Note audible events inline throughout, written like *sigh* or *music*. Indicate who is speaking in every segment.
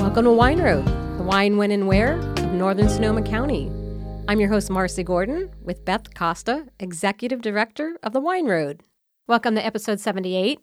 Speaker 1: Welcome to Wine Road, the wine, when, and where of Northern Sonoma County. I'm your host, Marcy Gordon, with Beth Costa, Executive Director of the Wine Road. Welcome to episode 78.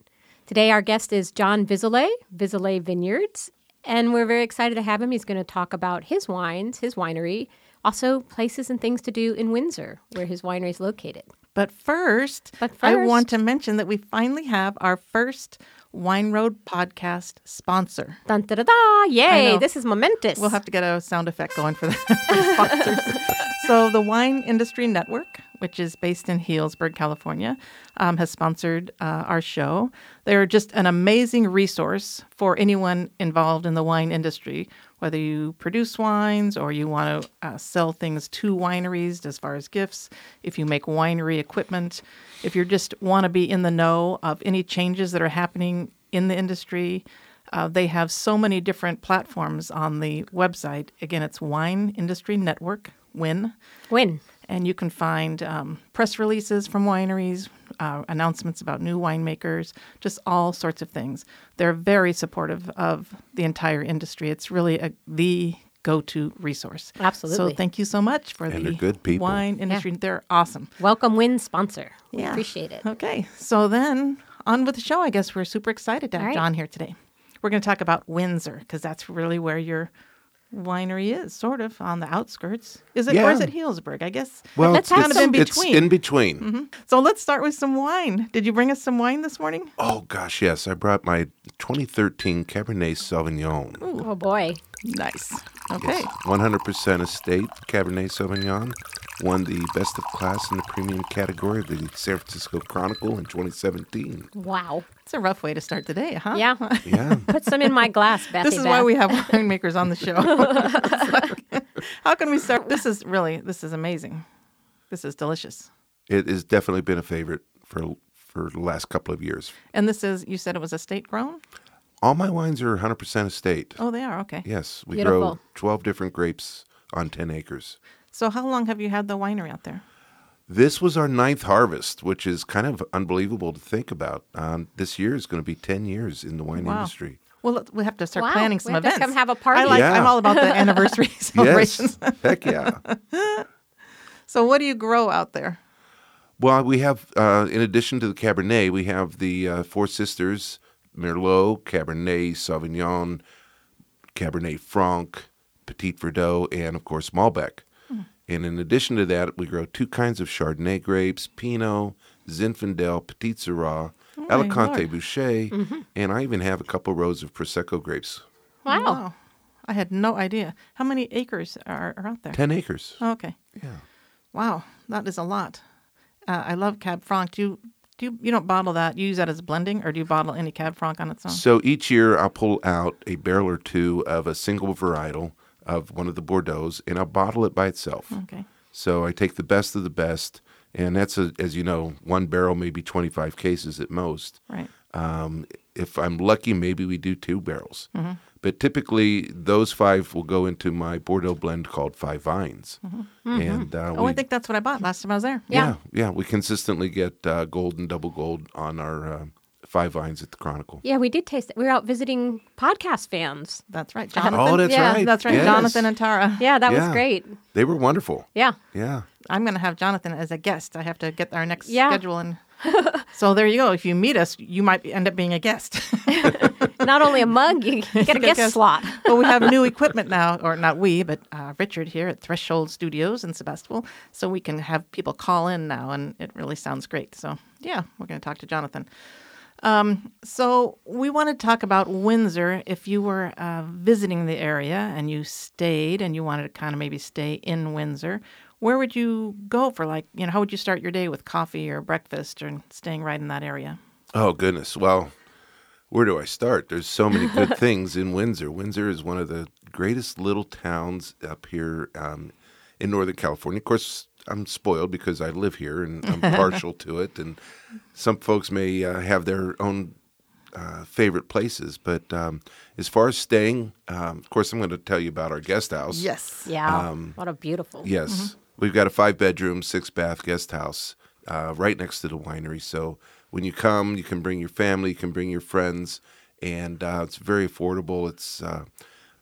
Speaker 1: Today, our guest is John Vizole, Vizole Vineyards, and we're very excited to have him. He's going to talk about his wines, his winery, also places and things to do in Windsor, where his winery is located.
Speaker 2: But first,
Speaker 1: But
Speaker 2: I want
Speaker 1: first-
Speaker 2: to mention that we finally have our first Wine Road podcast sponsor.
Speaker 1: Dun da da da! Yay!
Speaker 2: know.
Speaker 1: This is momentous.
Speaker 2: We'll have to get a sound effect going for that. for *laughs* sponsors. so, the Wine Industry Network, which is based in Healdsburg, California, um, has sponsored uh, our show. They're just an amazing resource for anyone involved in the wine industry, whether you produce wines or you want to uh, sell things to wineries as far as gifts, if you make winery equipment, if you just want to be in the know of any changes that are happening in the industry. Uh, they have so many different platforms on the website. Again, it's Wine Industry Network, WIN,
Speaker 1: Win.
Speaker 2: and you can find um, press releases from wineries, uh, announcements about new winemakers, just all sorts of things. They're very supportive of the entire industry. It's really a, the go to resource.
Speaker 1: Absolutely.
Speaker 2: So thank you so much for
Speaker 3: And
Speaker 2: the
Speaker 3: they're good people.
Speaker 2: wine industry. They're awesome.
Speaker 1: Welcome, Win sponsor. We
Speaker 2: Yeah.
Speaker 1: appreciate it.
Speaker 2: Okay, so then on with the show. I guess we're super excited to have
Speaker 1: All right.
Speaker 2: John here today. We're going to talk about Windsor because that's really where your winery is, sort of on the outskirts. Is it or is
Speaker 3: Yeah.
Speaker 2: it Healdsburg? I guess.
Speaker 3: Well,
Speaker 1: Let's
Speaker 3: it's,
Speaker 1: have
Speaker 3: it's-
Speaker 1: some-
Speaker 3: it's
Speaker 2: between.
Speaker 3: in between.
Speaker 2: So let's start with some wine. Did you bring us some wine this morning?
Speaker 3: Oh gosh, yes, I brought my 2013 Cabernet Sauvignon.
Speaker 1: Oh boy.
Speaker 2: Nice. Okay.
Speaker 3: 100% estate Cabernet Sauvignon won the best of class in the premium category of the San Francisco Chronicle in 2017.
Speaker 1: Wow.
Speaker 2: It's a rough way to start the day, huh?
Speaker 1: Yeah.
Speaker 2: *laughs*
Speaker 3: Yeah.
Speaker 1: Put some in my glass, Bethy.
Speaker 2: This is
Speaker 1: Beth.
Speaker 2: why
Speaker 1: *laughs*
Speaker 2: we have winemakers on the show. *laughs* It's like, how can we start? This is really, this is amazing. This is delicious.
Speaker 3: it has definitely been a favorite for for the last couple of years.
Speaker 2: And this is, you said it was estate grown?
Speaker 3: All my wines are 100% estate.
Speaker 2: Oh, they are. Okay.
Speaker 3: Yes, we grow
Speaker 1: Beautiful.
Speaker 3: 12 different grapes on 10 acres.
Speaker 2: So, how long have you had the winery out there?
Speaker 3: This was our ninth harvest, which is kind of unbelievable to think about. Um, this year is going to be 10 years in the wine industry.
Speaker 2: Well, let- we have to start
Speaker 1: Wow,
Speaker 2: planning
Speaker 1: we
Speaker 2: some
Speaker 1: have to
Speaker 2: events.
Speaker 1: come have a party.
Speaker 2: I like.
Speaker 3: Yeah.
Speaker 2: I'm
Speaker 1: *laughs*
Speaker 2: all about the anniversary
Speaker 3: *laughs*
Speaker 2: celebrations.
Speaker 3: Yes. Heck yeah.
Speaker 2: So, what do you grow out there?
Speaker 3: Well, we have, uh, in addition to the Cabernet, we have the uh, Four Sisters, Merlot, Cabernet Sauvignon, Cabernet Franc, Petit Verdot, and of course Malbec. And in addition to that, we grow two kinds of Chardonnay grapes, Pinot, Zinfandel, Petit Syrah, Alicante
Speaker 2: Lord.
Speaker 3: Boucher, and I even have a couple rows of Prosecco grapes.
Speaker 1: Wow.
Speaker 2: I had no idea. How many acres are, are out there?
Speaker 3: 10 acres.
Speaker 2: Oh, okay.
Speaker 3: Yeah.
Speaker 2: Wow, that is a lot. Uh, I love Cab Franc. Do you, do you, you don't bottle that? You use that as blending, or do you bottle any Cab Franc on its own?
Speaker 3: So each year I'll pull out a barrel or two of a single varietal of one of the Bordeaux's and I'll bottle it by itself.
Speaker 2: Okay.
Speaker 3: So I take the best of the best, and that's a, as you know, one barrel, maybe 25 cases at most.
Speaker 2: Right.
Speaker 3: Um, if I'm lucky, maybe we do two barrels.
Speaker 2: Mm-hmm.
Speaker 3: But typically, those five will go into my Bordeaux blend called Five Vines, and uh,
Speaker 2: Mm-hmm. Oh,
Speaker 3: we,
Speaker 2: I think that's what I bought last time I was there.
Speaker 1: Yeah.
Speaker 3: yeah, yeah, we consistently get uh, gold and double gold on our uh, Five Vines at the Chronicle.
Speaker 1: Yeah, we did taste it. We were out visiting podcast fans.
Speaker 2: That's right. Jonathan.
Speaker 3: Oh, that's
Speaker 1: Yeah,
Speaker 3: right.
Speaker 2: That's right.
Speaker 3: Yes.
Speaker 2: Jonathan and Tara.
Speaker 1: Yeah, that was
Speaker 3: Yeah.
Speaker 1: great.
Speaker 3: They were wonderful.
Speaker 1: Yeah.
Speaker 3: Yeah.
Speaker 2: I'm going to have Jonathan as a guest. I have to get our next
Speaker 1: Yeah.
Speaker 2: schedule and so there you go. If you meet us, you might be- end up being a guest. *laughs*
Speaker 1: Not only a mug, you get a guest
Speaker 2: guest.
Speaker 1: slot.
Speaker 2: but we have new equipment now, or not we, but uh, Richard here at Threshold Studios in Sebastopol, so we can have people call in now, and it really sounds great. So yeah, we're going to talk to Jonathan. Um, so we want to talk about Windsor. If you were uh, visiting the area and you stayed, and you wanted to kind of maybe stay in Windsor. Where would you go for like, you know, how would you start your day with coffee or breakfast or staying right in that area?
Speaker 3: Oh goodness. Well, where do I start? There's so many good things in Windsor. Windsor is one of the greatest little towns up here um, in Northern California. Of course, I'm spoiled because I live here and I'm partial to it. And some folks may uh, have their own uh, favorite places. But um, as far as staying, um, of course, I'm going to tell you about our guest house.
Speaker 2: Yes.
Speaker 1: Yeah.
Speaker 3: Um,
Speaker 1: what a beautiful.
Speaker 3: Yes. We've got a five bedroom, six bath guest house uh, right next to the winery. So when you come, you can bring your family, you can bring your friends, and uh, it's very affordable. It's uh,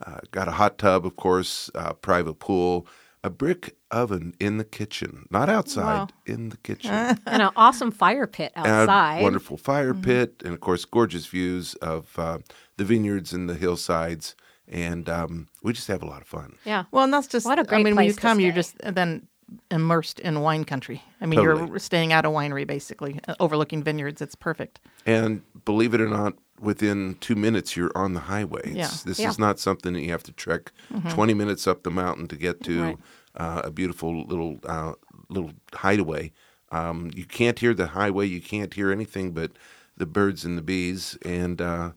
Speaker 3: Uh, got a hot tub, of course, uh, private pool, a brick oven in the kitchen, not outside,
Speaker 2: Wow.
Speaker 3: in the kitchen.
Speaker 1: and an awesome fire pit
Speaker 3: *laughs* And
Speaker 1: outside.
Speaker 3: a wonderful fire pit, and of course, gorgeous views of uh, the vineyards and the hillsides. And um, we just have a lot of fun.
Speaker 1: Yeah.
Speaker 2: Well, and that's just.
Speaker 1: What a
Speaker 2: I
Speaker 1: great
Speaker 2: mean, when you
Speaker 1: place to
Speaker 2: come, you're
Speaker 1: stay.
Speaker 2: just uh, then immersed in wine country. I mean,
Speaker 3: Totally.
Speaker 2: you're staying at a winery basically, uh, overlooking vineyards. It's perfect.
Speaker 3: And believe it or not, within two minutes, you're on the highway.
Speaker 2: Yeah. Mm-hmm.
Speaker 3: It's- This
Speaker 1: Yeah.
Speaker 3: is not something that you have to trek 20 minutes up the mountain to get to
Speaker 1: Right.
Speaker 3: uh, a beautiful little uh, little hideaway. Um, you can't hear the highway. You can't hear anything but the birds and the bees. And uh,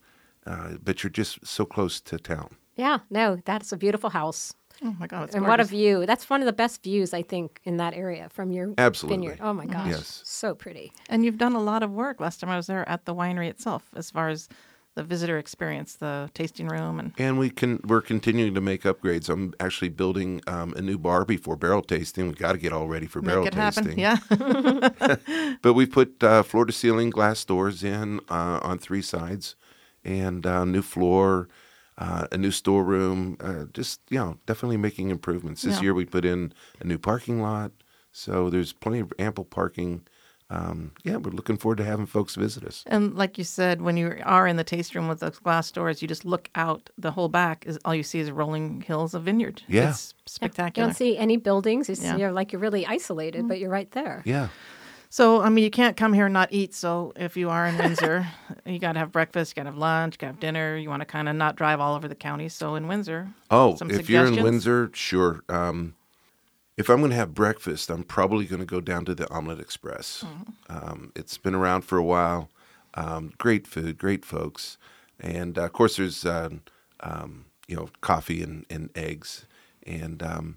Speaker 3: uh, but you're just so close to town.
Speaker 1: Yeah, no, that's a beautiful house.
Speaker 2: Oh my God, it's
Speaker 1: and what a
Speaker 2: gorgeous.
Speaker 1: view. That's one of the best views, I think, in that area from your
Speaker 3: Absolutely.
Speaker 1: vineyard. Oh my
Speaker 2: Mm-hmm.
Speaker 1: gosh.
Speaker 3: Yes.
Speaker 1: So pretty.
Speaker 2: And you've done a lot of work. Last time I was there at the winery itself, as far as the visitor experience, the tasting room, and
Speaker 3: And we can we're continuing to make upgrades. I'm actually building um, a new bar before barrel tasting. We got to get all ready for barrel
Speaker 2: make it
Speaker 3: tasting.
Speaker 2: happen. Yeah. *laughs*
Speaker 3: But we put uh, floor to ceiling glass doors in uh, on three sides, and uh, new floor, uh, a new storeroom. Uh, just you know, definitely making improvements. This
Speaker 2: Yeah.
Speaker 3: year we put in a new parking lot, so there's plenty of ample parking. Um, yeah, we're looking forward to having folks visit us.
Speaker 2: And like you said, when you are in the taste room with those glass doors, you just look out the whole back. Is all you see is rolling hills of vineyard.
Speaker 3: Yeah.
Speaker 2: it's
Speaker 1: You
Speaker 2: spectacular.
Speaker 1: don't see any buildings. You
Speaker 2: Yeah.
Speaker 1: see, you're like you're really isolated, but you're right there.
Speaker 3: Yeah,
Speaker 2: So I mean, you can't come here and not eat. So if you are in Windsor, *laughs* you got to have breakfast, you got to have lunch, you got to have dinner. You want to kind of not drive all over the county. So in Windsor, *laughs*
Speaker 3: Oh,
Speaker 2: some
Speaker 3: if you're in
Speaker 2: suggestions?
Speaker 3: Windsor, sure. Um, if I'm going to have breakfast, I'm probably going to go down to the Omelette Express. Um, it's been around for a while. Um, great food, great folks, and uh, of course there's um um, you know coffee and, and eggs, and um,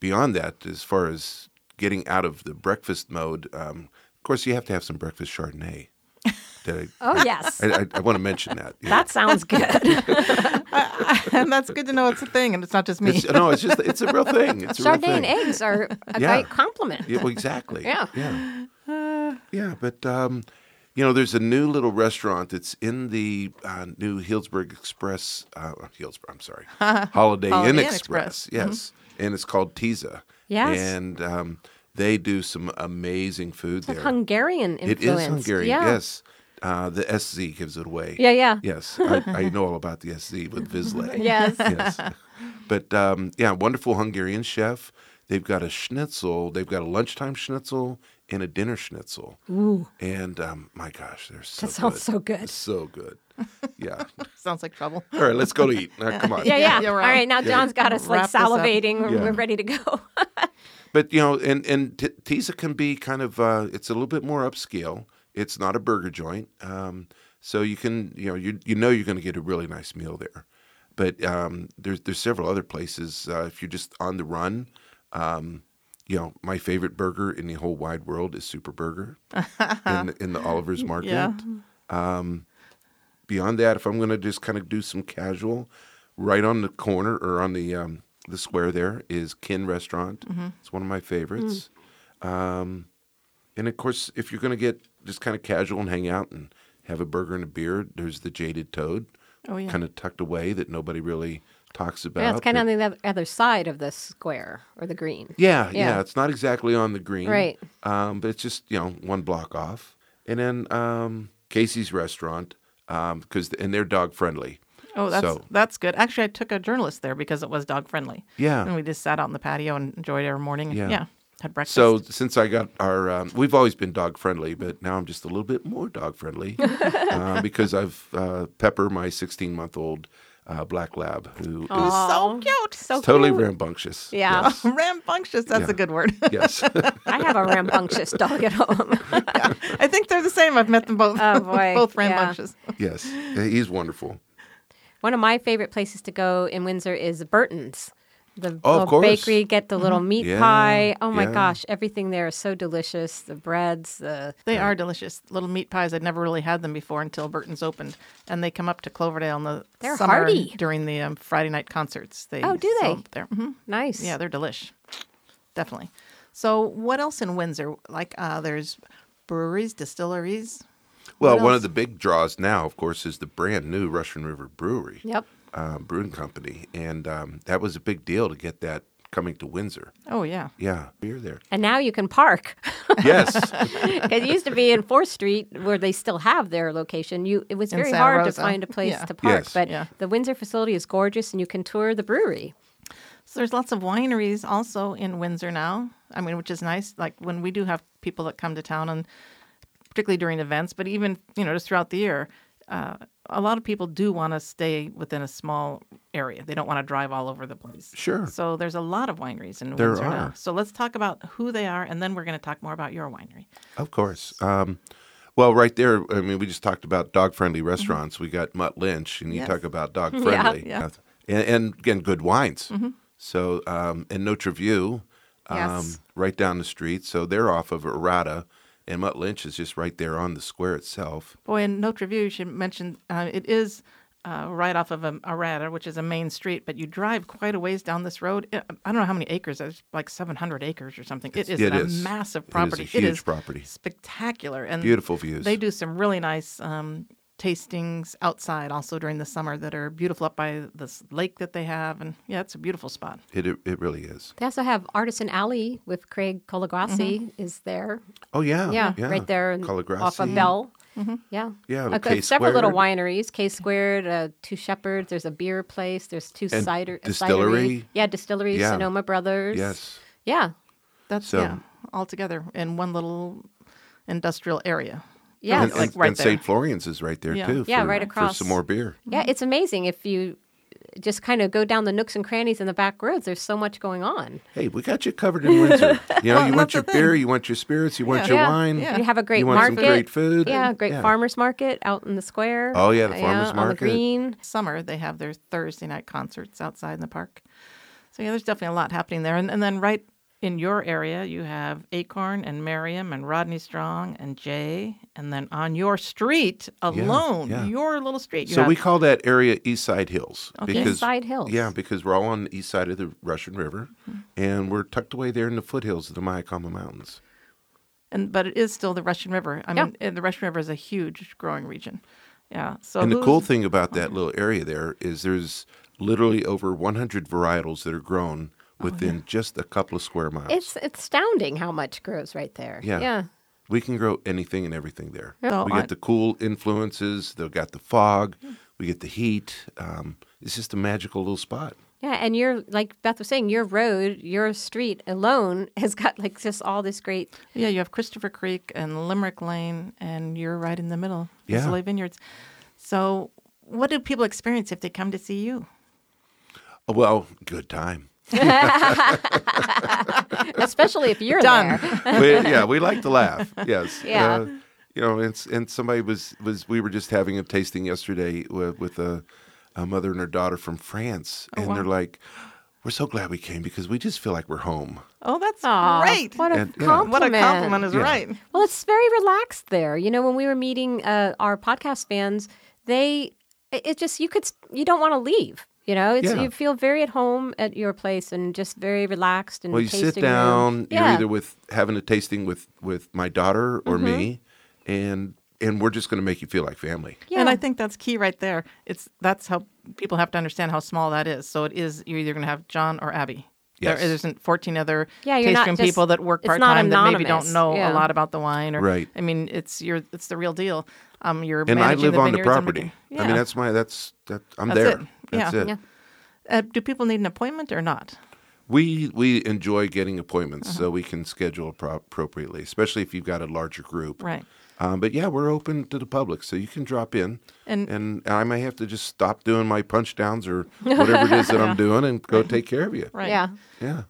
Speaker 3: beyond that, as far as getting out of the breakfast mode, um, of course you have to have some breakfast Chardonnay. Did I,
Speaker 1: Oh yes.
Speaker 3: *laughs* I, I, I want to mention that. yeah.
Speaker 1: that
Speaker 2: *laughs*
Speaker 1: sounds good.
Speaker 2: and that's good to know it's a thing, and it's not just me.
Speaker 3: It's- uh, no, it's just it's a real thing. It's a real
Speaker 1: Chardonnay
Speaker 3: thing.
Speaker 1: and eggs are
Speaker 3: *laughs*
Speaker 1: a
Speaker 3: Yeah.
Speaker 1: great compliment.
Speaker 3: Yeah, well,
Speaker 1: *laughs*
Speaker 3: exactly.
Speaker 1: Yeah.
Speaker 3: Yeah. yeah, but um, you know, there's a new little restaurant that's in the uh, new Hillsburg Express. Uh, Hillsburg,
Speaker 1: *laughs*
Speaker 3: I'm sorry, Holiday,
Speaker 2: Holiday
Speaker 3: Inn
Speaker 2: Inn
Speaker 3: Express.
Speaker 2: Express.
Speaker 3: Yes, and it's called Tiza.
Speaker 1: Mm-hmm. Yes.
Speaker 3: and um, they do some amazing food there.
Speaker 1: Hungarian
Speaker 3: It
Speaker 1: influence.
Speaker 3: is Hungarian.
Speaker 1: Yeah.
Speaker 3: Yes, uh, the SZ gives it away.
Speaker 1: Yeah, yeah.
Speaker 3: Yes, I,
Speaker 1: *laughs*
Speaker 3: I know all about the SZ with Vislay
Speaker 1: Yes.
Speaker 3: yes. But um, yeah, wonderful Hungarian chef. They've got a schnitzel. They've got a lunchtime schnitzel and a dinner schnitzel. Ooh. And um, my gosh, they're so
Speaker 1: That sounds
Speaker 3: good.
Speaker 1: so good.
Speaker 3: So good. Yeah.
Speaker 2: *laughs* Sounds like
Speaker 3: *laughs*
Speaker 2: trouble.
Speaker 3: All right, let's go to eat. Now, come
Speaker 1: *laughs*
Speaker 3: on.
Speaker 1: Yeah, yeah.
Speaker 2: yeah,
Speaker 1: All
Speaker 2: we're on.
Speaker 1: right, now John's got us like
Speaker 2: Wrap this up.
Speaker 1: salivating. We're,
Speaker 3: Yeah.
Speaker 1: we're ready to
Speaker 2: *laughs*
Speaker 1: go.
Speaker 3: But you know, and and t- Tisa can be kind of uh, it's a little bit more upscale. It's not a burger joint, um, so you can you know you you know you're going to get a really nice meal there. But um, there's there's several other places uh, if you're just on the run. Um, you know, my favorite burger in the whole wide world is Super
Speaker 2: *laughs*
Speaker 3: Burger in, the, in the Oliver's Market Um,
Speaker 2: Yeah.
Speaker 3: beyond that, if I'm going to just kind of do some casual, right on the corner or on the um, the square there is Kin Restaurant.
Speaker 2: Mm-hmm.
Speaker 3: It's one of my favorites.
Speaker 2: Mm.
Speaker 3: Um, and of course, if you're going to get just kind of casual and hang out and have a burger and a beer, there's the Jaded Toad,
Speaker 2: Oh, yeah.
Speaker 3: kind of tucked away that nobody really talks about.
Speaker 1: yeah, it's kind
Speaker 3: but-
Speaker 1: of on the oth- other side of the square or the green.
Speaker 3: yeah, yeah,
Speaker 1: Yeah.
Speaker 3: It's not exactly on the green,
Speaker 1: Right.
Speaker 3: Um, but it's just you know one block off, and then um, Casey's Restaurant because and they're dog friendly.
Speaker 2: Oh, that's
Speaker 3: So-
Speaker 2: that's good. Actually, I took a journalist there because it was dog friendly.
Speaker 3: Yeah.
Speaker 2: and we just sat out in the patio and enjoyed our morning.
Speaker 3: Yeah.
Speaker 2: Yeah, had breakfast.
Speaker 3: So since I got our, um, we've always been dog friendly, but now I'm just a little bit more dog
Speaker 2: *laughs*
Speaker 3: friendly uh, because I've uh, Pepper, my 16 month old uh, black lab, who is
Speaker 1: Aw.
Speaker 2: so cute, so
Speaker 3: totally rambunctious.
Speaker 1: Yeah.
Speaker 2: *laughs* rambunctious. That's
Speaker 3: Yeah.
Speaker 2: a good word. *laughs*
Speaker 3: Yes.
Speaker 1: I have a rambunctious dog at home. *laughs*
Speaker 2: I think they're the same. I've met them both.
Speaker 1: Oh, boy.
Speaker 2: *laughs* both
Speaker 1: Yeah.
Speaker 2: rambunctious.
Speaker 3: yes. *laughs* yes. He's wonderful.
Speaker 1: One of my favorite places to go in Windsor is Burton's. The
Speaker 3: Oh, of
Speaker 1: little
Speaker 3: course.
Speaker 1: bakery, get the
Speaker 2: Mm-hmm.
Speaker 1: little meat
Speaker 3: Yeah,
Speaker 1: pie. Oh my
Speaker 3: yeah.
Speaker 1: gosh, everything there is so delicious. The breads, the
Speaker 2: They are delicious little meat pies. I'd never really had them before until Burton's opened, and they come up to Cloverdale in the
Speaker 1: They're
Speaker 2: summer
Speaker 1: hearty.
Speaker 2: during the um, Friday night concerts. They
Speaker 1: Oh, do
Speaker 2: sell
Speaker 1: they?
Speaker 2: There, hmm
Speaker 1: nice.
Speaker 2: yeah, they're delish, definitely. So, what else in Windsor? Like, uh, there's breweries, distilleries.
Speaker 3: Well,
Speaker 2: What
Speaker 3: one
Speaker 2: else?
Speaker 3: of the big draws now, of course, is the brand new Russian River Brewery.
Speaker 1: Yep.
Speaker 3: uh, Brewing Company, and um, that was a big deal to get that coming to Windsor.
Speaker 2: Oh, yeah.
Speaker 3: Yeah,
Speaker 1: *laughs*
Speaker 3: beer there.
Speaker 1: And now you can park. *laughs*
Speaker 3: Yes,
Speaker 1: it used to be in Fourth Street where they still have their location. You, it was
Speaker 2: In
Speaker 1: very
Speaker 2: Santa
Speaker 1: hard to
Speaker 2: Rosa.
Speaker 1: find a place
Speaker 2: Yeah.
Speaker 1: to park,
Speaker 3: Yes.
Speaker 1: but
Speaker 2: Yeah.
Speaker 1: the Windsor facility is gorgeous, and you can tour the brewery.
Speaker 2: So there's lots of wineries also in Windsor now. I mean, which is nice. Like when we do have people that come to town, and particularly during events, but even you know just throughout the year, uh, a lot of people do want to stay within a small area. They don't want to drive all over the place.
Speaker 3: Sure.
Speaker 2: So there's a lot of wineries in
Speaker 3: There
Speaker 2: Windsor now.
Speaker 3: are.
Speaker 2: So let's talk about who they are, and then we're going to talk more about your winery.
Speaker 3: of course. Um, well, right there. I mean, we just talked about dog friendly
Speaker 1: Mm-hmm.
Speaker 3: restaurants. We got Mutt Lynch, and you
Speaker 2: Yes.
Speaker 3: talk
Speaker 1: *laughs*
Speaker 3: about dog friendly,
Speaker 2: yeah.
Speaker 3: and, and again, good wines.
Speaker 1: Mm-hmm.
Speaker 3: So, um, and Notre View, um,
Speaker 1: Yes.
Speaker 3: right down the street. So they're off of Errata, and Mutt Lynch is just right there on the square itself.
Speaker 1: Mm-hmm.
Speaker 2: Boy, in Notre View, you should mention uh, it is uh, right off of um, Arata, which is a main street, but you drive quite a ways down this road. I I don't know how many acres, it's like 700 acres or something. It is
Speaker 3: it
Speaker 2: a
Speaker 3: is. It
Speaker 2: massive
Speaker 3: is a
Speaker 2: property.
Speaker 3: huge property.
Speaker 2: Spectacular. And
Speaker 3: Beautiful views.
Speaker 2: They do some really nice um, tastings outside also during the summer that are beautiful up by this lake that they have. And yeah, it's a beautiful spot.
Speaker 3: It it, it really is.
Speaker 1: They also have Artisan Alley with Craig Colagrassi
Speaker 2: Mm-hmm.
Speaker 1: is there.
Speaker 3: Oh yeah,
Speaker 1: Yeah, right there in- off of
Speaker 3: Colagrassi.
Speaker 1: Bell.
Speaker 2: Mm-hmm.
Speaker 1: Yeah,
Speaker 3: Yeah,
Speaker 1: Like,
Speaker 3: K
Speaker 1: uh, several little
Speaker 3: squared.
Speaker 1: wineries: K Squared, uh, Two Shepherds. There's a beer place. There's two
Speaker 3: And
Speaker 1: cider uh, cidery.
Speaker 3: distillery.
Speaker 1: Yeah, distillery.
Speaker 3: Yeah.
Speaker 1: Sonoma Brothers.
Speaker 3: Yes.
Speaker 1: Yeah.
Speaker 2: That's
Speaker 3: So-
Speaker 2: yeah, all together in one little industrial area.
Speaker 1: Yeah.
Speaker 2: Really,
Speaker 3: And,
Speaker 1: Yes.
Speaker 2: like
Speaker 3: and-
Speaker 2: right
Speaker 3: and
Speaker 2: there.
Speaker 3: St. Florian's is right there
Speaker 2: Yeah.
Speaker 3: too.
Speaker 1: Yeah,
Speaker 3: for-
Speaker 1: right across.
Speaker 3: For some
Speaker 2: *laughs*
Speaker 3: more beer.
Speaker 1: Yeah, it's amazing if you just kind of go down the nooks and crannies and the back roads. There's so much going on.
Speaker 3: Hey, we got you covered in Windsor. You know,
Speaker 2: Well,
Speaker 3: you want
Speaker 2: that's
Speaker 3: your
Speaker 2: the
Speaker 3: beer, you want your spirits, you want
Speaker 2: Yeah.
Speaker 3: your
Speaker 1: yeah.
Speaker 3: wine.
Speaker 2: Yeah.
Speaker 1: You have a great
Speaker 3: You want some
Speaker 1: market.
Speaker 3: great food.
Speaker 1: Yeah, great
Speaker 3: Yeah.
Speaker 1: farmers market out in the square.
Speaker 3: Oh, yeah, the farmers
Speaker 1: on the
Speaker 3: market.
Speaker 1: green.
Speaker 2: summer they have their Thursday night concerts outside in the park. So yeah, there's definitely a lot happening there. And, and then right in your area, you have Acorn and Merriam and Rodney Strong and Jay. And then on your street alone,
Speaker 3: yeah.
Speaker 2: your little street, you
Speaker 3: So
Speaker 2: have
Speaker 3: we call that area East Side Hills because
Speaker 1: Eastside Hills.
Speaker 3: Yeah, because we're all on the east side of the Russian River, and we're tucked away there in the foothills of the Mayakama Mountains.
Speaker 2: and but it is still the Russian River. I
Speaker 1: Yeah.
Speaker 2: mean, and the Russian River is a huge growing region. Yeah. So
Speaker 3: and the
Speaker 2: who's-
Speaker 3: cool thing about that little area there is there's literally over 100 varietals that are grown
Speaker 2: Oh,
Speaker 3: within just a couple of square miles.
Speaker 1: It's astounding how much grows right there.
Speaker 3: Yeah.
Speaker 1: Yeah.
Speaker 3: We can grow anything and everything there.
Speaker 2: So
Speaker 3: we
Speaker 2: I-
Speaker 3: get the cool influences. They've got the fog. We get the heat. Um, it's just a magical little spot.
Speaker 1: Yeah, and you're like Beth was saying, your road, your street alone *laughs* has got like just all this
Speaker 3: *laughs*
Speaker 1: great.
Speaker 2: Yeah, you have Christopher Creek and Limerick Lane, and you're right in the middle,
Speaker 3: Yeah.
Speaker 2: Isolde Vineyards. So, what do people experience if they come to see you?
Speaker 3: Oh, Well, good time.
Speaker 1: Especially if you're
Speaker 2: Done.
Speaker 1: there.
Speaker 3: we, yeah, we like to laugh. Yes. Uh,
Speaker 1: Yeah.
Speaker 3: you know, it's and somebody was was we were just having a tasting yesterday with, with a, a mother and her daughter from France, and they're like, "We're so glad we came because we just feel like we're home."
Speaker 2: Oh, that's
Speaker 1: Aw,
Speaker 2: great.
Speaker 1: What a
Speaker 3: And- yeah.
Speaker 1: compliment!
Speaker 2: What a compliment is
Speaker 3: Yeah.
Speaker 2: right.
Speaker 1: Well, it's very relaxed there. You know, when we were meeting uh, our podcast fans, they it it just you could s- you don't want to leave. You know, it's
Speaker 3: Yeah.
Speaker 1: you feel very at home at your place and just very relaxed and
Speaker 3: Well, you
Speaker 1: tasting
Speaker 3: sit down.
Speaker 1: room.
Speaker 3: You're
Speaker 1: Yeah.
Speaker 3: either with having a tasting with with my daughter or me,
Speaker 2: Mm-hmm.
Speaker 3: and and we're just going to make you feel like family.
Speaker 2: And I
Speaker 1: Yeah.
Speaker 2: think that's key right there. It's that's how people have to understand how small that is. So it is you're either going to have John or Abby.
Speaker 3: Yes.
Speaker 2: There isn't 14 other
Speaker 1: Yeah, you're
Speaker 2: taste
Speaker 1: not
Speaker 2: room
Speaker 1: just-
Speaker 2: people that work
Speaker 1: it's not
Speaker 2: part time that maybe
Speaker 1: anonymous.
Speaker 2: don't know
Speaker 1: Yeah.
Speaker 2: a lot about the wine. Or
Speaker 3: Right.
Speaker 2: I mean, it's your it's the real deal. Um, you're
Speaker 3: And I
Speaker 2: managing
Speaker 3: live
Speaker 2: the
Speaker 3: on the
Speaker 2: vineyards and
Speaker 3: property.
Speaker 2: making-
Speaker 3: I mean,
Speaker 2: Yeah.
Speaker 3: that's my that's that. I'm
Speaker 2: That's
Speaker 3: there.
Speaker 2: it.
Speaker 3: That's
Speaker 2: Yeah.
Speaker 3: it.
Speaker 1: Yeah.
Speaker 2: Uh, do people need an appointment or not?
Speaker 3: We we enjoy getting appointments
Speaker 2: Uh-huh.
Speaker 3: so we can schedule appro- appropriately, especially if you've got a larger group.
Speaker 2: Right.
Speaker 3: Um, but yeah, we're open to the public, so you can drop in,
Speaker 2: And-
Speaker 3: and I may have to just stop doing my punch downs
Speaker 2: *laughs*
Speaker 3: or whatever it is that I'm doing, and go take care of you.
Speaker 2: Right.
Speaker 1: yeah.
Speaker 3: Yeah,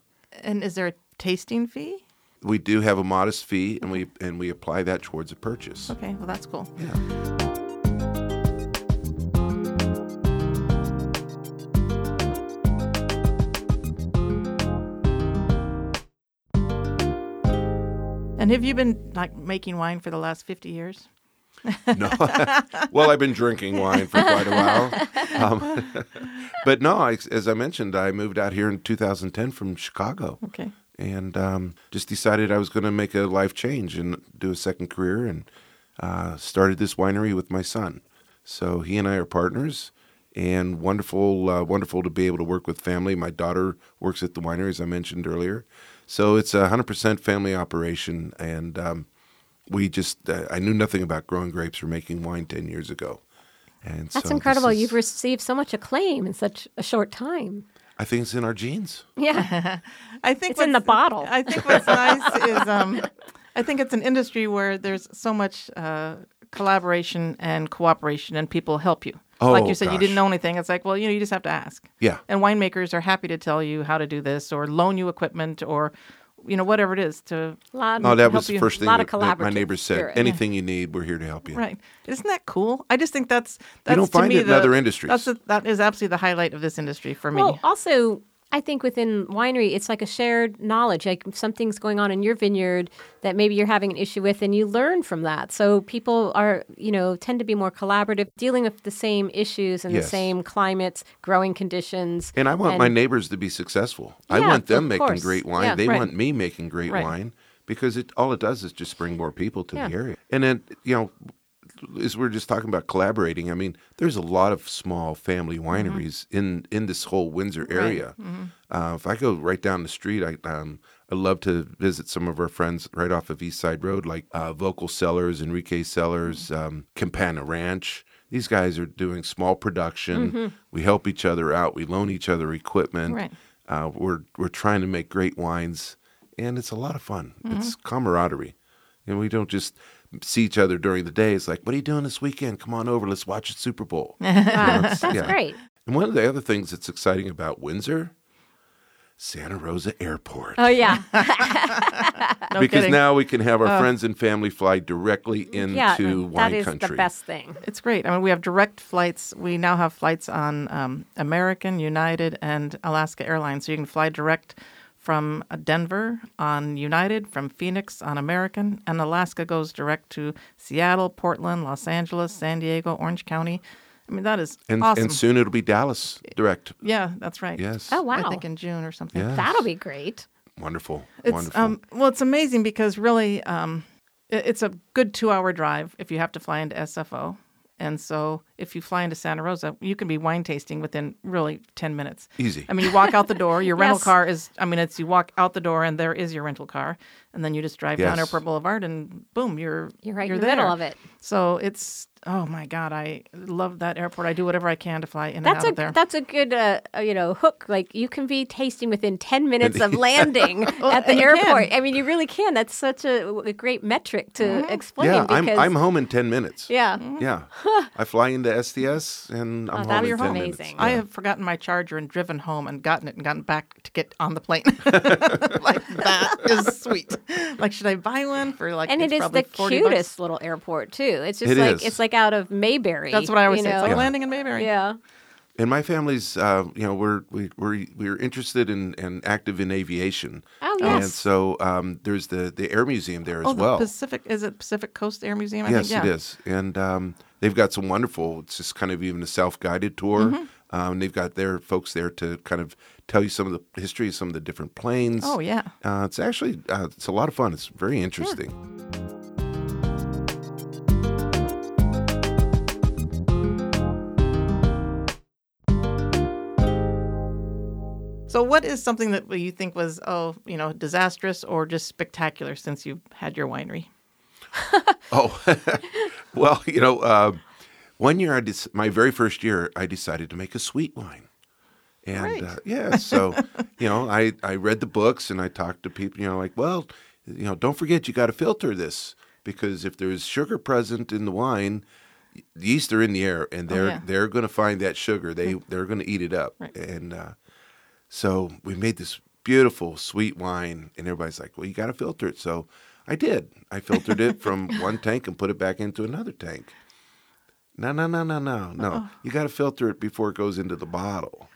Speaker 2: And is there a tasting fee?
Speaker 3: we do have a modest fee, and we and we apply that towards a purchase. *laughs*
Speaker 2: Okay, well that's cool.
Speaker 3: Yeah.
Speaker 2: And have you been like making wine for the last 50 years?
Speaker 3: No. well, I've been drinking wine for quite a while. Um, *laughs* but no, I, as I mentioned, I moved out here in 2010 from Chicago
Speaker 2: Okay.
Speaker 3: and um, just decided I was going to make a life change and do a second career and uh, started this winery with my son. So he and I are partners. and wonderful, uh, wonderful to be able to work with family. My daughter works at the winery, as I mentioned earlier, so it's a hundred percent family operation. And um, we just—I knew nothing about growing grapes or making wine ten years ago. And
Speaker 1: That's
Speaker 3: so this
Speaker 1: incredible.
Speaker 3: is-
Speaker 1: You've received so much acclaim in such a short time.
Speaker 3: I think it's in our genes.
Speaker 1: Yeah.
Speaker 2: I think
Speaker 1: It's in the
Speaker 2: what's-
Speaker 1: bottle.
Speaker 2: I think
Speaker 1: *laughs*
Speaker 2: what's nice is um, I think it's an industry where there's so much uh, collaboration and cooperation, and people help you. like
Speaker 3: Oh,
Speaker 2: you said, you
Speaker 3: gosh.
Speaker 2: didn't know anything. It's like, well, you know, you just have to ask.
Speaker 3: Yeah.
Speaker 2: And winemakers are happy to tell you how to do this, or loan you equipment, or you know, whatever it is to.
Speaker 1: Lot-
Speaker 3: Oh, that
Speaker 2: help
Speaker 3: was the
Speaker 2: you.
Speaker 3: first thing
Speaker 1: Lot of
Speaker 3: that, that my
Speaker 1: collaborative
Speaker 3: neighbors said.
Speaker 1: spirit.
Speaker 3: Anything you need, we're here to help you.
Speaker 2: Right. Isn't that cool? I just think that's that's
Speaker 3: don't
Speaker 2: to
Speaker 3: find
Speaker 2: me
Speaker 3: it in
Speaker 2: the-
Speaker 3: other industries.
Speaker 2: That's the, that is absolutely the highlight of this industry for me.
Speaker 1: Well, also, I think within winery, it's like a shared knowledge. Like if something's going on in your vineyard that maybe you're having an issue with, and you learn from that. So people are, you know, tend to be more collaborative, dealing with the same issues and the
Speaker 3: Yes.
Speaker 1: same climates, growing conditions.
Speaker 3: And I want my
Speaker 1: And-
Speaker 3: neighbors to be successful. I
Speaker 1: Yeah,
Speaker 3: want
Speaker 1: of
Speaker 3: them making
Speaker 1: course.
Speaker 3: great wine.
Speaker 1: Yeah,
Speaker 3: they
Speaker 1: right.
Speaker 3: want me making great
Speaker 2: Right.
Speaker 3: wine because it all it does is just bring more people to
Speaker 1: Yeah.
Speaker 3: the area. And then you know, as we are just talking about collaborating, I mean, there's a lot of small family wineries in in this whole Windsor area. Uh, if I go right down the street, I um, I love to visit some of our friends right off of East Side Road, like uh, Vocal Cellars, Enrique Cellars, um, Campana Ranch. These guys are doing small production. We help each other out. We loan each other equipment.
Speaker 2: Right.
Speaker 3: Uh, we're we're trying to make great wines, and it's a lot of fun.
Speaker 1: Mm-hmm.
Speaker 3: It's camaraderie, and we don't just see each other during the day. It's like, what are you doing this weekend? Come on over. Let's watch the
Speaker 1: *laughs*
Speaker 3: Super Bowl.
Speaker 1: Uh-huh.
Speaker 3: You know,
Speaker 1: *laughs*
Speaker 3: it's-
Speaker 1: That's
Speaker 3: yeah.
Speaker 1: great.
Speaker 3: And one of the other things that's exciting about Windsor, Santa Rosa Airport.
Speaker 1: Oh yeah,
Speaker 2: no
Speaker 3: because
Speaker 2: kidding.
Speaker 3: now we can have our friends and family fly directly into
Speaker 1: Oh. Mm, yeah. that
Speaker 3: wine
Speaker 1: is
Speaker 3: country.
Speaker 1: the best thing.
Speaker 2: It's great. I mean, we have direct flights. We now have flights on um, American, United, and Alaska Airlines. So you can fly direct from uh, Denver on United, from Phoenix on American, and Alaska goes direct to Seattle, Portland, Los Angeles, San Diego, Orange County. I mean, that is
Speaker 3: And,
Speaker 2: awesome.
Speaker 3: and soon it'll be Dallas direct.
Speaker 2: yeah, that's right.
Speaker 3: Yes.
Speaker 1: Oh wow,
Speaker 2: I think in June or something.
Speaker 3: Yeah.
Speaker 1: that'll be great.
Speaker 3: Wonderful.
Speaker 2: It's
Speaker 3: Wonderful.
Speaker 2: um, well, it's amazing because really, um, it, it's a good two-hour drive if you have to fly into SFO, and so if you fly into Santa Rosa, you can be wine tasting within really ten minutes.
Speaker 3: Easy.
Speaker 2: I mean, you walk out the
Speaker 1: *laughs*
Speaker 2: door. Your rental
Speaker 1: Yes.
Speaker 2: car is. I mean, it's you walk out the door and there is your rental car, and then you just drive down
Speaker 3: Yes.
Speaker 2: Airport Boulevard and boom, you're
Speaker 1: You're right in
Speaker 2: you're
Speaker 1: the middle
Speaker 2: there.
Speaker 1: of it.
Speaker 2: So it's oh my god, I love that airport. I do whatever I can to fly in
Speaker 1: That's
Speaker 2: and out
Speaker 1: a
Speaker 2: of there.
Speaker 1: that's a good uh, uh, you know hook. Like you can be tasting within ten minutes of landing at the
Speaker 2: you
Speaker 1: airport. I mean, you really can. That's such a, a great metric to explain.
Speaker 3: yeah, I'm, mm,
Speaker 1: because,
Speaker 3: I'm home in 10 minutes.
Speaker 1: yeah.
Speaker 3: Yeah. I fly into SDS and I'm
Speaker 1: Oh,
Speaker 3: home
Speaker 1: that's
Speaker 3: in 10 minutes.
Speaker 1: amazing.
Speaker 2: I have forgotten my charger and driven home and gotten it and gotten back to get on the plane. *laughs* like that is sweet. Like, should I buy one for like?
Speaker 1: And
Speaker 2: it's
Speaker 1: it is
Speaker 2: probably
Speaker 1: the
Speaker 2: 40 bucks?
Speaker 1: cutest little airport too. It's just
Speaker 3: It
Speaker 1: like
Speaker 3: is.
Speaker 1: it's like out of Mayberry.
Speaker 2: That's what I always
Speaker 1: you
Speaker 2: say. It's
Speaker 1: know?
Speaker 2: like landing in Mayberry.
Speaker 1: yeah.
Speaker 3: And my family's, uh, you know, we're we, we're we're interested in and active in aviation.
Speaker 1: Oh,
Speaker 3: And *laughs*
Speaker 1: yes.
Speaker 3: so um, there's the the air museum there as
Speaker 2: Oh, the
Speaker 3: well.
Speaker 2: Pacific is it Pacific Coast Air Museum? I
Speaker 3: yes,
Speaker 2: think, yeah.
Speaker 3: it is. And um, they've got some wonderful. It's just kind of even a self guided tour.
Speaker 2: Mm-hmm.
Speaker 3: Um, they've got their folks there to kind of tell you some of the history of some of the different planes.
Speaker 2: Oh yeah.
Speaker 3: Uh, it's actually uh, it's a lot of fun. It's very interesting.
Speaker 2: So, what is something that you think was oh you know disastrous or just spectacular since you've had your winery?
Speaker 3: Oh, *laughs* well, you know, uh, one year I dec- my very first year I decided to make a sweet wine, and
Speaker 2: Great.
Speaker 3: uh, yeah, so you know I I read the books and I talked to people, you know, like well, you know, don't forget you got to filter this because if there's sugar present in the wine. y- Yeast are in the air, and
Speaker 1: Oh,
Speaker 3: they're
Speaker 2: yeah.
Speaker 3: they're going to find that sugar. They they're going to eat it up, and uh, so we made this beautiful sweet wine, and everybody's like, "Well, you got to filter it." So I did. I filtered it
Speaker 1: *laughs*
Speaker 3: from one tank and put it back into another tank. No, no, no, no, no, no. You got to filter it before it goes into the bottle.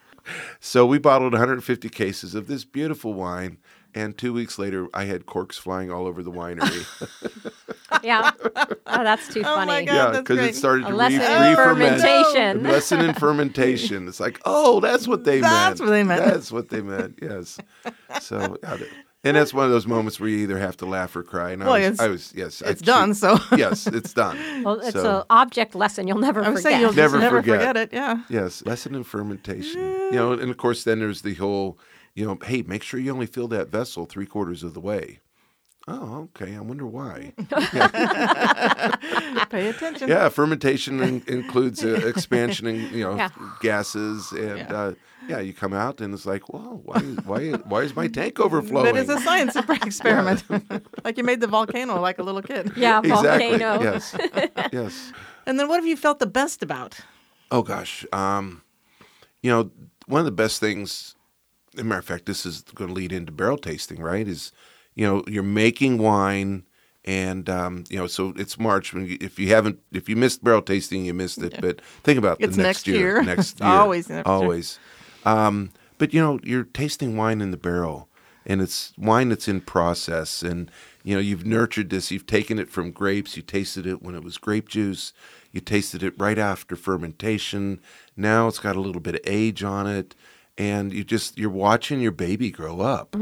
Speaker 3: So we bottled 150 cases of this beautiful wine, and two weeks later, I had corks flying all over the
Speaker 1: *laughs*
Speaker 3: winery.
Speaker 1: yeah. Oh, that's too funny.
Speaker 2: my God.
Speaker 3: yeah,
Speaker 2: that's
Speaker 3: because
Speaker 2: great.
Speaker 3: it started
Speaker 1: A
Speaker 3: to
Speaker 1: lesson
Speaker 3: re-
Speaker 1: in
Speaker 3: re-ferment.
Speaker 1: fermentation.
Speaker 3: Lesson in fermentation. It's like, oh, that's what they meant.
Speaker 2: That's what they meant.
Speaker 3: That's what they meant. Yes. So yeah, th- And that's one of those moments where you either have to laugh or cry. And
Speaker 2: Well,
Speaker 3: I, was,
Speaker 2: it's-
Speaker 3: I was, yes, I
Speaker 2: it's done,
Speaker 3: should-
Speaker 2: *laughs* so-
Speaker 3: yes, it's done.
Speaker 1: *laughs* Well, it's
Speaker 3: So-
Speaker 1: an object lesson you'll never
Speaker 2: I would
Speaker 1: forget.
Speaker 2: say you'll
Speaker 3: Never
Speaker 2: just never
Speaker 3: forget.
Speaker 2: forget. it. Yeah.
Speaker 3: Yes, lesson in fermentation. You know, and of course, then there's the whole, you know, hey, make sure you only fill that vessel three quarters of the way. Oh, okay. I wonder why.
Speaker 2: Pay attention.
Speaker 3: yeah, fermentation in- includes uh, expansion and you know
Speaker 1: Yeah.
Speaker 3: gases, and
Speaker 2: Yeah.
Speaker 3: Uh, yeah, you come out and it's like, whoa, why, why, why is my tank overflowing?
Speaker 2: That is a science *laughs*
Speaker 3: *laughs*
Speaker 2: experiment. like you made the volcano like a little kid.
Speaker 1: yeah,
Speaker 3: exactly.
Speaker 1: volcano.
Speaker 3: Yes, yes.
Speaker 2: And then what have you felt the best about?
Speaker 3: Oh gosh, um, you know, one of the best things. As a matter of fact, this is going to lead into barrel tasting, right? Is you know you're making wine, and um, you know so it's March. When you, if you haven't, if you missed barrel tasting, you missed it. But think about
Speaker 2: It's
Speaker 3: the
Speaker 2: next
Speaker 3: next year,
Speaker 2: year. *laughs*
Speaker 3: next
Speaker 2: It's
Speaker 3: year,
Speaker 2: always next year.
Speaker 3: always. Um, but you know you're tasting wine in the barrel, and it's wine that's in process, and you know you've nurtured this. You've taken it from grapes. You tasted it when it was grape juice. You tasted it right after fermentation. Now it's got a little bit of age on it, and you just you're watching your baby grow up.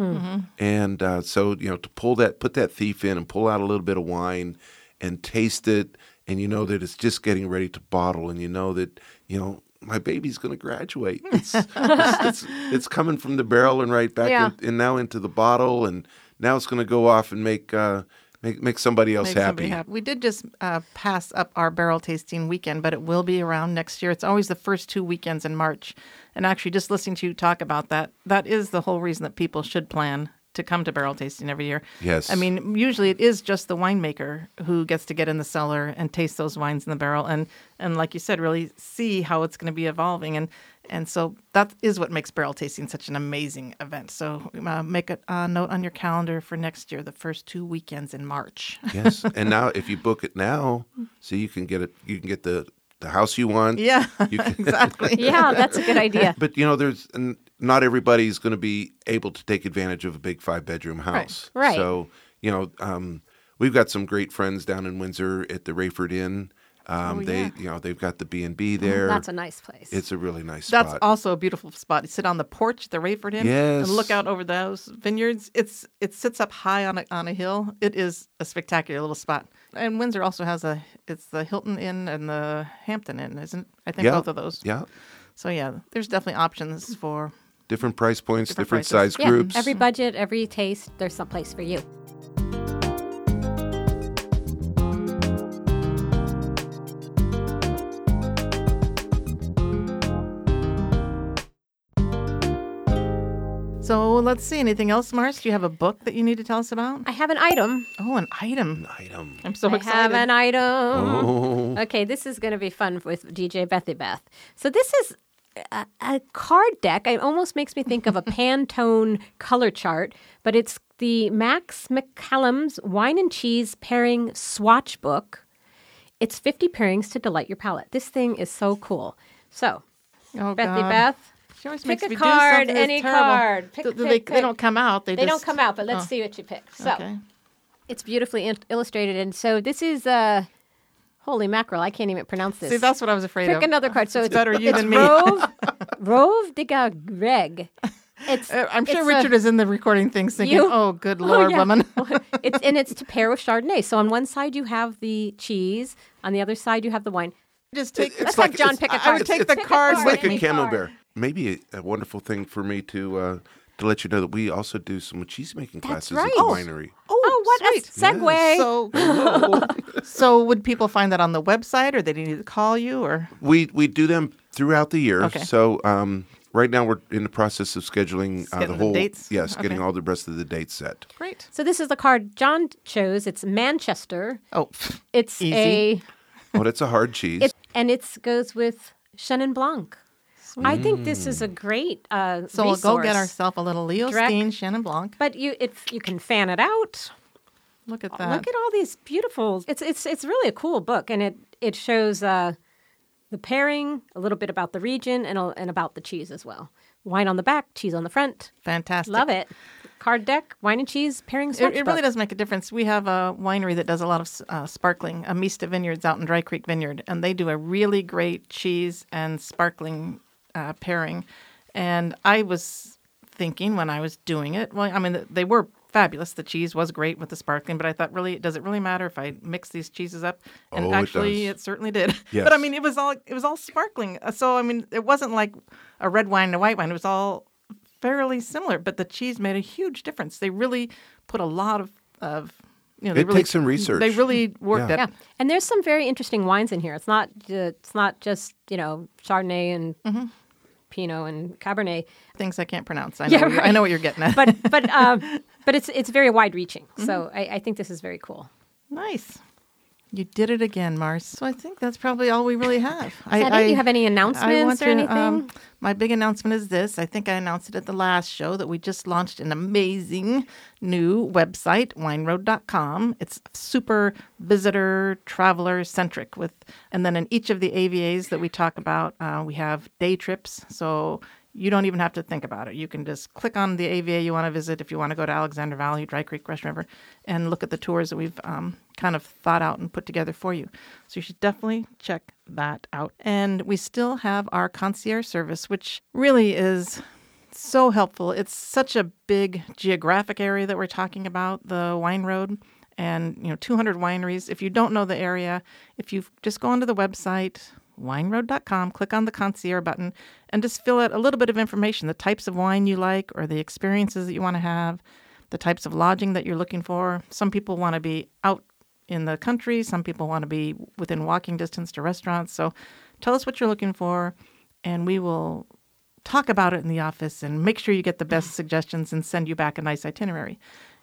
Speaker 3: And uh, so you know to pull that, put that thief in, and pull out a little bit of wine, and taste it, and you know that it's just getting ready to bottle, and you know that you know. My baby's going to graduate. It's, it's,
Speaker 2: *laughs*
Speaker 3: it's, it's coming from the barrel and right back
Speaker 1: Yeah.
Speaker 3: in, and now into the bottle, and now it's going to go off and make uh, make make somebody else
Speaker 2: Make
Speaker 3: happy.
Speaker 2: somebody happy. We did just uh, pass up our barrel tasting weekend, but it will be around next year. It's always the first two weekends in March. And actually, just listening to you talk about that, that is the whole reason that people should plan to come to barrel tasting every year.
Speaker 3: Yes.
Speaker 2: I mean, usually it is just the winemaker who gets to get in the cellar and taste those wines in the barrel and, and like you said, really see how it's going to be evolving. And, and so that is what makes barrel tasting such an amazing event. So uh, make a uh, note on your calendar for next year, the first two weekends in March.
Speaker 3: *laughs* Yes, and now if you book it now, so you can get it, you can get the the house you want.
Speaker 2: Yeah, *laughs*
Speaker 3: You can- *laughs*
Speaker 2: exactly.
Speaker 1: Yeah, that's a good idea.
Speaker 3: But you know, there's n- not everybody's going to be able to take advantage of a big five bedroom house.
Speaker 1: Right.
Speaker 3: So you know, um, we've got some great friends down in Windsor at the Rayford Inn. Um,
Speaker 2: Oh,
Speaker 3: they
Speaker 2: yeah. Oh,
Speaker 3: you know they've got the B and B there.
Speaker 1: That's a nice place.
Speaker 3: it's a really nice
Speaker 2: That's
Speaker 3: spot.
Speaker 2: also a beautiful spot. You sit on the porch, the Rayford Inn,
Speaker 3: Yes.
Speaker 2: and look out over those vineyards. It's it sits up high on a on a hill. It is a spectacular little spot. And Windsor also has a it's the Hilton Inn and the Hampton Inn, isn't? it? I think
Speaker 3: Yeah.
Speaker 2: both of those.
Speaker 3: Yeah,
Speaker 2: So yeah, there's definitely options for.
Speaker 3: different price points, different,
Speaker 2: Different
Speaker 3: size
Speaker 2: prices.
Speaker 1: yeah,
Speaker 3: groups.
Speaker 1: every budget, every taste, there's some place for you.
Speaker 2: So let's see. Anything else, Mars? Do you have a book that you need to tell us about?
Speaker 1: I have an item.
Speaker 2: Oh, an item.
Speaker 3: item.
Speaker 2: I'm so
Speaker 1: I have
Speaker 2: excited.
Speaker 1: an item.
Speaker 3: Oh.
Speaker 1: Okay, this is going to be fun with DJ Bethy Beth. So this is a, a card deck. It almost makes me think of
Speaker 2: *laughs*
Speaker 1: a Pantone color chart, but it's the Max McCallum's Wine and Cheese Pairing Swatch Book. It's 50 pairings to delight your palate. This thing is so cool. So,
Speaker 2: oh,
Speaker 1: Bethy
Speaker 2: God.
Speaker 1: Beth,
Speaker 2: She always
Speaker 1: pick
Speaker 2: makes
Speaker 1: a
Speaker 2: me do
Speaker 1: card,
Speaker 2: something that's
Speaker 1: any
Speaker 2: terrible.
Speaker 1: card. Pick,
Speaker 2: Th-
Speaker 1: pick,
Speaker 2: they,
Speaker 1: pick.
Speaker 2: they don't come out. They,
Speaker 1: they don't
Speaker 2: just-
Speaker 1: come out, but let's
Speaker 2: Oh,
Speaker 1: see what you pick. So,
Speaker 2: okay.
Speaker 1: it's beautifully in- illustrated. And so, this is Uh, Holy mackerel! I can't even pronounce this.
Speaker 2: See, that's what I was afraid
Speaker 1: Pick
Speaker 2: of.
Speaker 1: another card. So it's,
Speaker 2: better you
Speaker 1: it's
Speaker 2: than me. *laughs*
Speaker 1: Rove, Rove de Greg. It's.
Speaker 2: Uh, I'm sure
Speaker 1: it's
Speaker 2: Richard
Speaker 1: a,
Speaker 2: is in the recording things thinking,
Speaker 1: You-
Speaker 2: "Oh, good lord,
Speaker 1: yeah. *laughs*
Speaker 2: woman."
Speaker 1: It's and it's to pair with Chardonnay. So on one side you have the cheese, on the other side you have the wine.
Speaker 2: *laughs* Just take
Speaker 3: It's
Speaker 1: Let's have
Speaker 3: like-
Speaker 1: John
Speaker 3: it's-
Speaker 1: pick a
Speaker 3: I- I
Speaker 1: card.
Speaker 3: would
Speaker 2: take
Speaker 1: Pick
Speaker 2: the
Speaker 1: a
Speaker 2: card
Speaker 1: card,
Speaker 2: with
Speaker 3: like a
Speaker 1: any
Speaker 3: camel
Speaker 1: card.
Speaker 3: bear. Maybe a, a wonderful thing for me to uh, to let you know that we also do some cheese making
Speaker 1: That's
Speaker 3: classes
Speaker 1: right.
Speaker 3: at the winery.
Speaker 1: Oh, what
Speaker 2: sweet.
Speaker 1: a segue!
Speaker 2: So, *laughs* so would people find that on the website, or they need to call you, or
Speaker 3: We we do them throughout the year.
Speaker 2: Okay.
Speaker 3: So um, right now we're in the process of scheduling uh, the
Speaker 2: Getting the
Speaker 3: whole
Speaker 2: dates?
Speaker 3: Yes, getting
Speaker 2: Okay.
Speaker 3: all the rest of the dates set.
Speaker 2: great?
Speaker 1: So this is the card John chose. It's Manchester.
Speaker 2: Oh, *laughs*
Speaker 1: It's
Speaker 2: Easy.
Speaker 1: a.
Speaker 3: Well, it's a hard cheese.
Speaker 1: It, and it goes with Chenin Blanc. I think this is a great uh,
Speaker 2: Mm. so we'll go get
Speaker 1: resource.
Speaker 2: ourselves a little Leo
Speaker 1: Drek.
Speaker 2: Steen, Shannon Blanc.
Speaker 1: But you, it, you can fan it out.
Speaker 2: Look at that.
Speaker 1: Oh, Look at all these beautiful. It's it's it's really a cool book, and it it shows uh, the pairing, a little bit about the region, and a- and about the cheese as well. Wine on the back, cheese on the front.
Speaker 2: Fantastic.
Speaker 1: Love it. Card deck, wine and cheese pairing.
Speaker 2: It, it really does make a difference. We have a winery that does a lot of uh, sparkling, Amista Vineyards out in Dry Creek Vineyard, and they do a really great cheese and sparkling uh, pairing. And I was thinking when I was doing it, well, I mean, they were fabulous. The cheese was great with the sparkling, but I thought, really, does it really matter if I mix these cheeses up? And
Speaker 3: Oh, it
Speaker 2: actually,
Speaker 3: does.
Speaker 2: it, certainly did. *laughs*
Speaker 3: Yes.
Speaker 2: But I mean, it was all it was all sparkling. Uh, So I mean, it wasn't like a red wine and a white wine. It was all fairly similar, but the cheese made a huge difference. They really put a lot of of you know. they
Speaker 3: It
Speaker 2: really-
Speaker 3: takes some research.
Speaker 2: They really worked
Speaker 3: Yeah.
Speaker 2: at
Speaker 1: Yeah, and there's some very interesting wines in here. It's not ju- it's not just you know Chardonnay and
Speaker 2: Mm-hmm.
Speaker 1: Pinot and Cabernet,
Speaker 2: things I can't pronounce. I know,
Speaker 1: Yeah,
Speaker 2: what you're- I
Speaker 1: right.
Speaker 2: know what you're getting at.
Speaker 1: but but
Speaker 2: *laughs*
Speaker 1: um, but it's it's very wide reaching. So
Speaker 2: Mm-hmm.
Speaker 1: I, I think this is very cool.
Speaker 2: nice. You did it again, Mars. So I think that's probably all we
Speaker 1: *laughs*
Speaker 2: really have. I,
Speaker 1: that it? You have any announcements
Speaker 2: want
Speaker 1: or
Speaker 2: to, um,
Speaker 1: anything?
Speaker 2: my big announcement is this. I think I announced it at the last show that we just launched an amazing new website, wineroad.com. It's super visitor traveler centric with and then in each of the AVAs that we talk about, uh, we have day trips. So you don't even have to think about it. You can just click on the AVA you want to visit if you want to go to Alexander Valley, Dry Creek, Rush River, and look at the tours that we've um, kind of thought out and put together for you. So you should definitely check that out. And we still have our concierge service, which really is so helpful. It's such a big geographic area that we're talking about, the wine road and you know 200 wineries. If you don't know the area, if you just go onto the website wineroad.com, click on the concierge button and just fill out a little bit of information, the types of wine you like or the experiences that you want to have, the types of lodging that you're looking for. Some people want to be out in the country, some people want to be within walking distance to restaurants. So tell us what you're looking for and we will talk about it in the office and make sure you get the best suggestions and send you back a nice itinerary.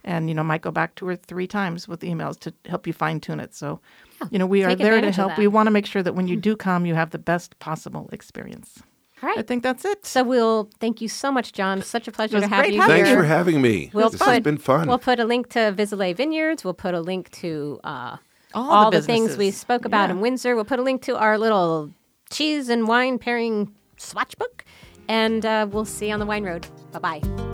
Speaker 2: And you know, might go back two or three times with emails to help you fine tune it. So, you know, we are
Speaker 1: take
Speaker 2: there
Speaker 1: advantage
Speaker 2: to
Speaker 1: of
Speaker 2: help.
Speaker 1: that.
Speaker 2: We want to make sure that when you do come, you have the best possible experience.
Speaker 1: All right.
Speaker 2: I think that's it.
Speaker 1: so we'll thank you so much, John. Such a pleasure to
Speaker 2: was
Speaker 1: have
Speaker 2: great
Speaker 1: you
Speaker 2: having
Speaker 1: here.
Speaker 3: Thanks for having me.
Speaker 1: We'll
Speaker 3: this
Speaker 1: put,
Speaker 3: has been fun.
Speaker 1: We'll put a link to Visilet Vineyards. We'll put a link to uh,
Speaker 2: All the
Speaker 1: things
Speaker 2: businesses.
Speaker 1: we spoke about
Speaker 2: Yeah.
Speaker 1: in Windsor. We'll put a link to our little cheese and wine pairing swatch book. And uh, we'll see you on the wine road. Bye bye.